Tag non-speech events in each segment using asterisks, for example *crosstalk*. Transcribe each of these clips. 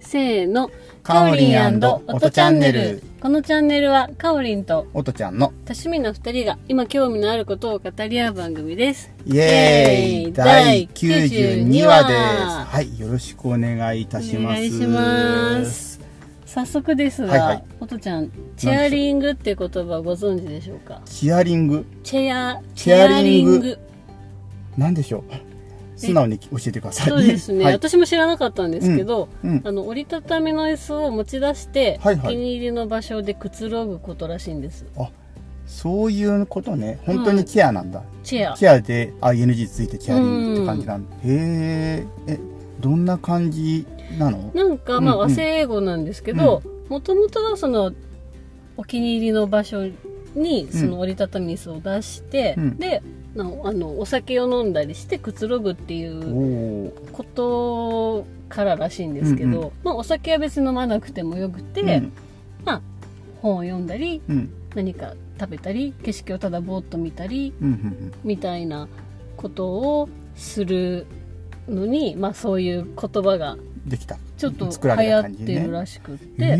せーの。かおりんおとチャンネル。このチャンネルは、かおりんとおとちゃんの多趣味な二人が今興味のあることを語り合う番組です。イエーイイエーイ第92話です。話はい、よろしくお願いいたします。お願いします。早速ですが、はいはいおとちゃん、チェアリングっていう言葉ご存知でしょうかチアリング、チェア、チェアリングチェアなんでしょう素直に教えてください。そうですね、はい、私も知らなかったんですけど、うんうんあの折りたたみの椅子を持ち出して、はいはいお気に入りの場所でくつろぐことらしいんです。そういうことね。本当にチアなんだ。チェア。チアで、あ、ING ついてチアリングって感じなんだ。へえ、え、どんな感じなのなんか、まあ、うんう和ん製英語なんですけど、もともとはその、お気に入りの場所に、その折りたたみ椅子を出して、うんで、なあの、お酒を飲んだりしてくつろぐっていうおおー。ことかららしいんですけど、うんうまあ、お酒は別に飲まなくてもよくて、うん本を読んだり、うん、何か食べたり、景色をただぼーっと見たり、うん、うんみたいなことをするのに、まあ、そういう言葉がうん。できた。ちょっと流作られた行っ感じてねるらしくって。ええ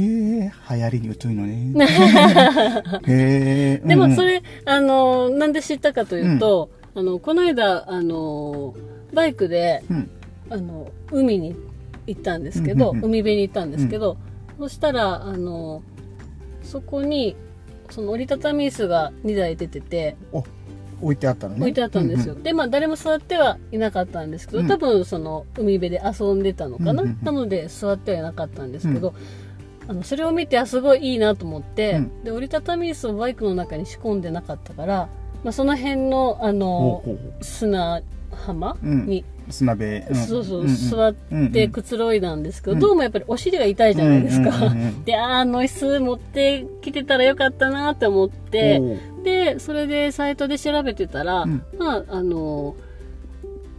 ー、流行りに疎い *laughs* のね。へでえ。うんうもんそ、れ、あのなんで知ったかというと、あのこの間あのバイクでうん、あの海に行ったんですけど、うんうんうん海辺に行ったんですけど、そしたらあのそこにその折りたたみ椅子が2台出ててお置いてあったのね。置いてあったんですよ、うでまあ誰も座ってはいなかったんですけど、うん多分その海辺で遊んでたのかな、うんうんうんなので座ってはいなかったんですけど、あのそれを見てあすごいいいなと思って、うんで折りたたみ椅子をバイクの中に仕込んでなかったから、まあ、その辺のあうんうん。ほのうほうほ砂浜うんに、う砂辺。んそうそう、んん座っうんうんてくつろいだんですけど、うんどうもやっぱりお尻が痛いじゃないですか、うんうんうんうんであーあの椅子持ってきてたらよかったなって思って、おうでそれでサイトで調べてたら、うんまああの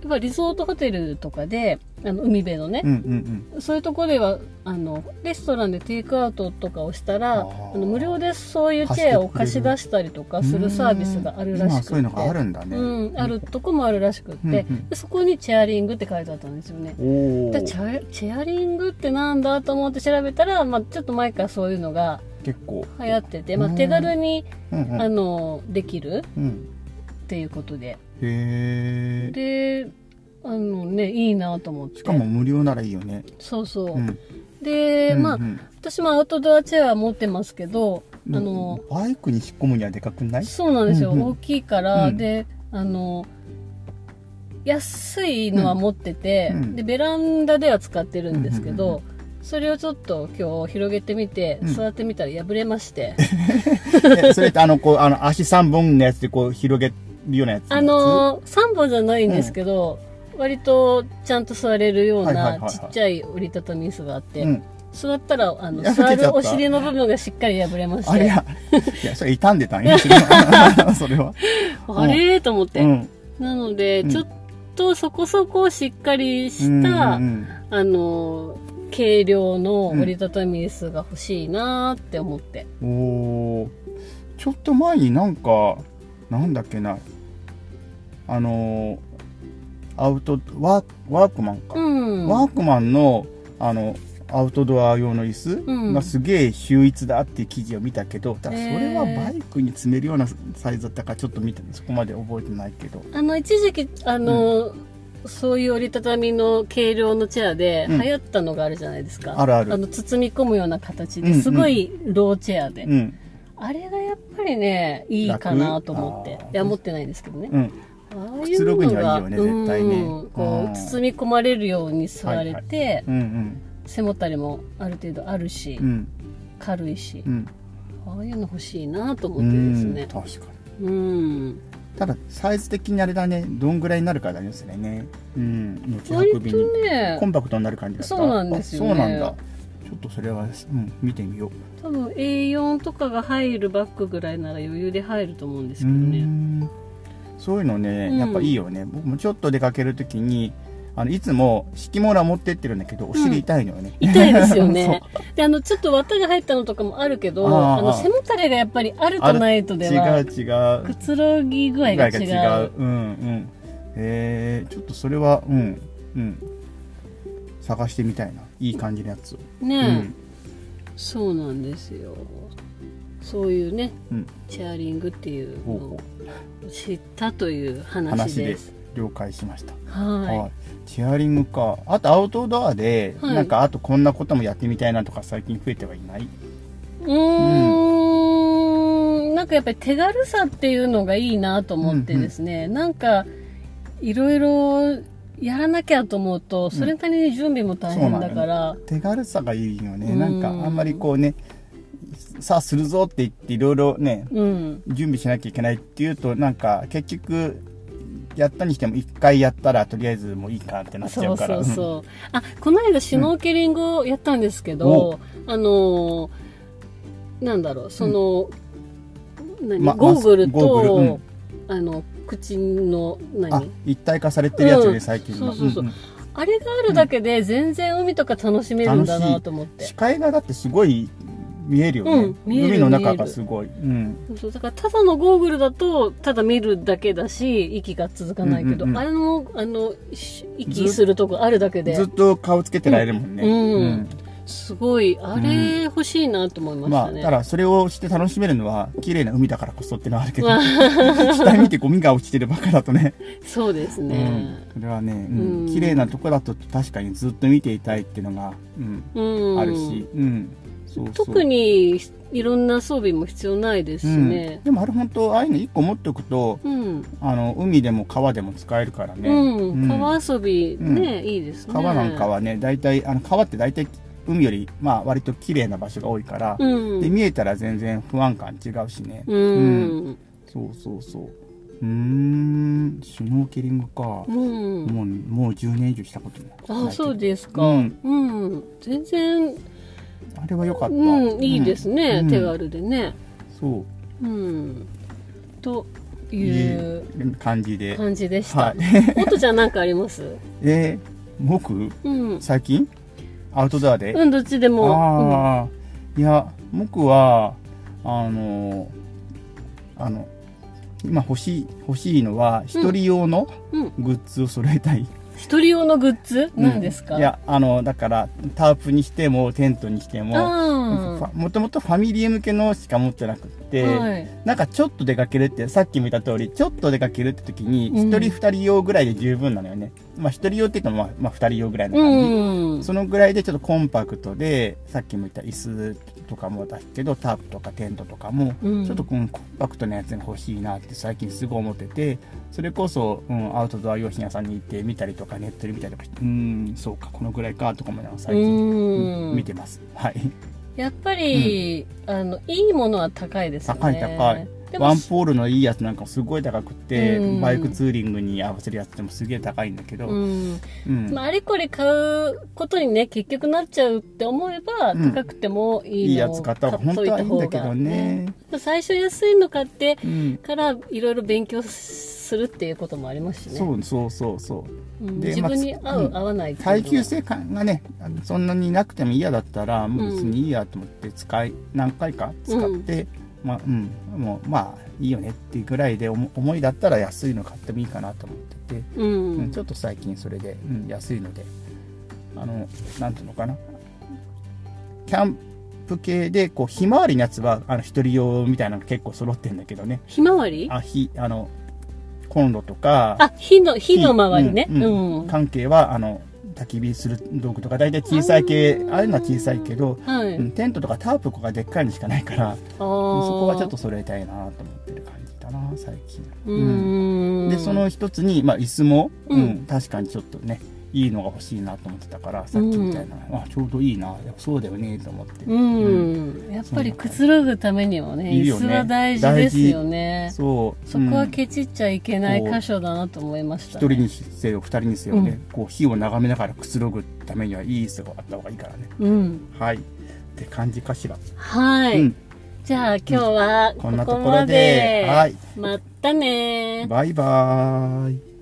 やっぱリゾートホテルとかであの海辺のねう、んうんそういうところではあのレストランでテイクアウトとかをしたらああーの無料でそういうチェアを貸し出したりとうかん。するサービスがあるらしくて今そういうのがあるんだね。うん、あるとこもあるらしくって、うんうんでそこにチェアリングって書いてあったんですよねおお。でチ結ェアチェアリングってなんだと思って調べたら、まあ、ちょっと前からそういうのが構。流行ってて、まあ、うん手軽に、うんうんあのできるうん。っていうことでへえ。であのねいいなと思ってしかも無料ならいいよね。そうそう、うん。で、うんうんまあ私もアウトドアチェア持ってますけどあの、バイクに引っ込むにはでかくない？そうなんですよ、うんうん大きいから、うんであの安いのは持ってて、うんでベランダでは使ってるんですけど、うんうんそれをちょっと今日広げてみて、うん座ってみたら破れまして、えそれってあのこうあの足三本のやつでこう広げるようなやつ。あの3本じゃないんですけど、割とちゃんと座れるようはいはいはいなはいちっちゃい折りたたみ椅子があって、うん。座ったらあの破けち座ゃったるお尻の部分がしっかり破れましてあれや、いや、それ傷んでたんや、そ *laughs* れはそれは。あれーと思って、うん。なのでうんちょっとそこそこしっかりした、うんうんうんあの軽量の折りたたみ椅子が欲しいなーって思って、おーちょっと前になんか、なんだっけな、あのー、アウト、ワーワークマンか。うんワークマンの、あの、アウトドア用の椅う子んがすげえ秀逸だっていう記事を見たけど、ただそれはへーバイクに詰めるようなサイズだったからちょっと見て、そこまで覚えてないけど。あの一時期あの、そういう折りたたみの軽量のチェアでうん流行ったのがあるじゃないですか、あるあるの包み込むような形うんうでんすごいローチェアで、うん。あれがやっぱりねいいかなと思って楽あーいや持ってないんですけどね、うん。ああくいつうろぐのにはいがいよね絶対ねうんこううん包み込まれるように座れて、うんうん。背もたれもある程度あるし、うん。軽いしう、ん。ああいうの欲しいなと思ってですねうん確かに。うんただサイズ的にあれだねどんぐらいになるかだねそれねうん持ち割運びとに、ねコンパクトになる感じだったそうなんですよねあそうなんだちょっとそれは、うん、見てみよう多分 A4 とかが入るバッグぐらいなら余裕で入ると思うんですうけどねんそういうのね、うんやっぱいいよね僕もちょっと出かけるときにあのいつも敷物は持ってってるんだけどお尻痛いのよね、痛いですよね *laughs* であのちょっと綿が入ったのとかもあるけどあーあの背もたれがやっぱりあるとないとで違はう違うくつろぎ具合が違ううんうんえー、ちょっとそれはうんうん探してみたいないい感じのやつをねうえ、んそうなんですよそういうねうんチェアリングっていうのほうほを知ったという話話でです了解しましたはい、はいチェアリングかあとアウトドアで、はいなんかあとこんなこともやってみたいなとか最近増えてはいないうーんなんかやっぱり手軽さっていうのがいいなと思ってですね、なんかいろいろやらなきゃと思うとそれなりに準備も大変だから、手軽さがいいよねうんなんかあんまりこうねさあするぞって言っていろいろねうん準備しなきゃいけないっていうとなんか結局やったにしても1回やったらとりあえずもういいかってなっちゃそううかそらうそうあこの間シュノーケリングをやったんですけど、あのーなんだろうその、何まゴーグルと、ゴーグルうんあの口のうんあ何一体化されてるやつようね、ん最近のそうそうそうんんあれがあるだけで全然海とか楽しめるんだなと思って視界がだってすごい見えるよね、うん見える海の中がすごい、うん、そうだからただのゴーグルだとただ見るだけだし息が続かないけど、うんうんうんあれのあのし息するとこあるだけでずっと顔つけてられるもんね、うんすごいあれ欲しいなと思いましまたあね、ただそれをして楽しめるのは綺麗な海だからこそってのはあるけど *laughs* 下見てゴミが落ちてるばっかだとね *laughs* そうですねうん、それはね、うんうん綺麗なとこだと確かにずっと見ていたいっていうのが、うんうん、あるし、うん、そうそう特にいろんな装備も必要ないですしうねん、でもあれ本当ああいうの1個持っておくとうん、あの海でも川でも使えるからね、うん川川遊びね、いいですね川なんかはね大体あの川って大体海より、まあ、割と綺麗な場所が多いから、うんで見えたら全然不安感違うしね、うんそうそうそううーんシュノーケリングか、うん、もうもう10年以上したことないあそうすですかうんうん、全然あれは良かった、うん、いいですね、うん手軽でね。そううん。といいうう感じで、感じでしはたい。もっとじゃあ何かありますえー、僕うん。最近アウトドアで、うん、どっちでも。ああ、いや僕はあのあの今欲しい欲しいのは一人用のうんうん。グッズを揃えたい、一人用のグッズうん何ですかい、やあのだからタープにしてもテントにしてもああ。もともとファミリー向けのしか持ってなくって、はい。なんかちょっと出かけるってさっきも言った通りちょっと出かけるって時にうん一人二人用ぐらいで十分なのよね、まあ一人用っていうかまあ、まあ、二人用ぐらいのう感じ、ん。そのぐらいでちょっとコンパクトで、さっきも言った椅子とかもだけど、タープとかテントとかも、うんちょっとうんコンパクトなやつが欲しいなって最近すごい思ってて、それこそ、うん、アウトドア用品屋さんに行ってみたりとか、ネットで見たりとかして、うん、そうか、このぐらいかとかもね最近、うん見てます。はい。やっぱり、あのいいものは高いですよね高い高いでもワンポールのいいやつなんかすごい高くって、うんバイクツーリングに合わせるやつでもすげえ高いんだけど、うん。うんまあ、あれこれ買うことにね結局なっちゃうって思えばうん高くてもいいのをいいやつ買った方が本当はいいんだけどね。最初安いの買ってうん。からいろいろ勉強するっていうこともありますしねそうそうそうそう。うんで自分にま合あう、うん合わないっていうのは耐久性感がねあのそんなになくても嫌だったらもう別にいいやと思って使い、何回か使って、まあうんもうまあいいよねっていうぐらいで思思いだったら安いの買ってもいいかなと思ってて、う、うんんちょっと最近それで、うん、安いのであのなんていうのかなキャンプ系でこうひまわりのやつはあの一人用みたいなのが結構揃ってるんだけどねひまわりああひあのコンロとか火の火の周りねうんうんうん関係はあの焚き火する道具とか大体小さい系うんああいうのは小さいけど、はい、うんテントとかタープとかでっかいのしかないからあそそこはちょっと揃えたいなと思ってる感じだな最近、うんでその一つに、まあ、椅子も、うんうん確かにちょっとねいいのが欲しいなと思ってたからさっきみたいな、あちょうどいいなやっぱそうだよねと思って、うん、やっぱりくつろぐためにもねいいよ椅ね子は大事ですよねそうそこうはんケチっちゃいけない箇所だなと思いました、一ね人にせよ二人にせよね、こう火を眺めながらくつろぐためにはいい椅子があった方がいいからねうんはいって感じかしら、はい、うんじゃあ今日はこここんなとこまろでで、はいまったねーバイバーイ。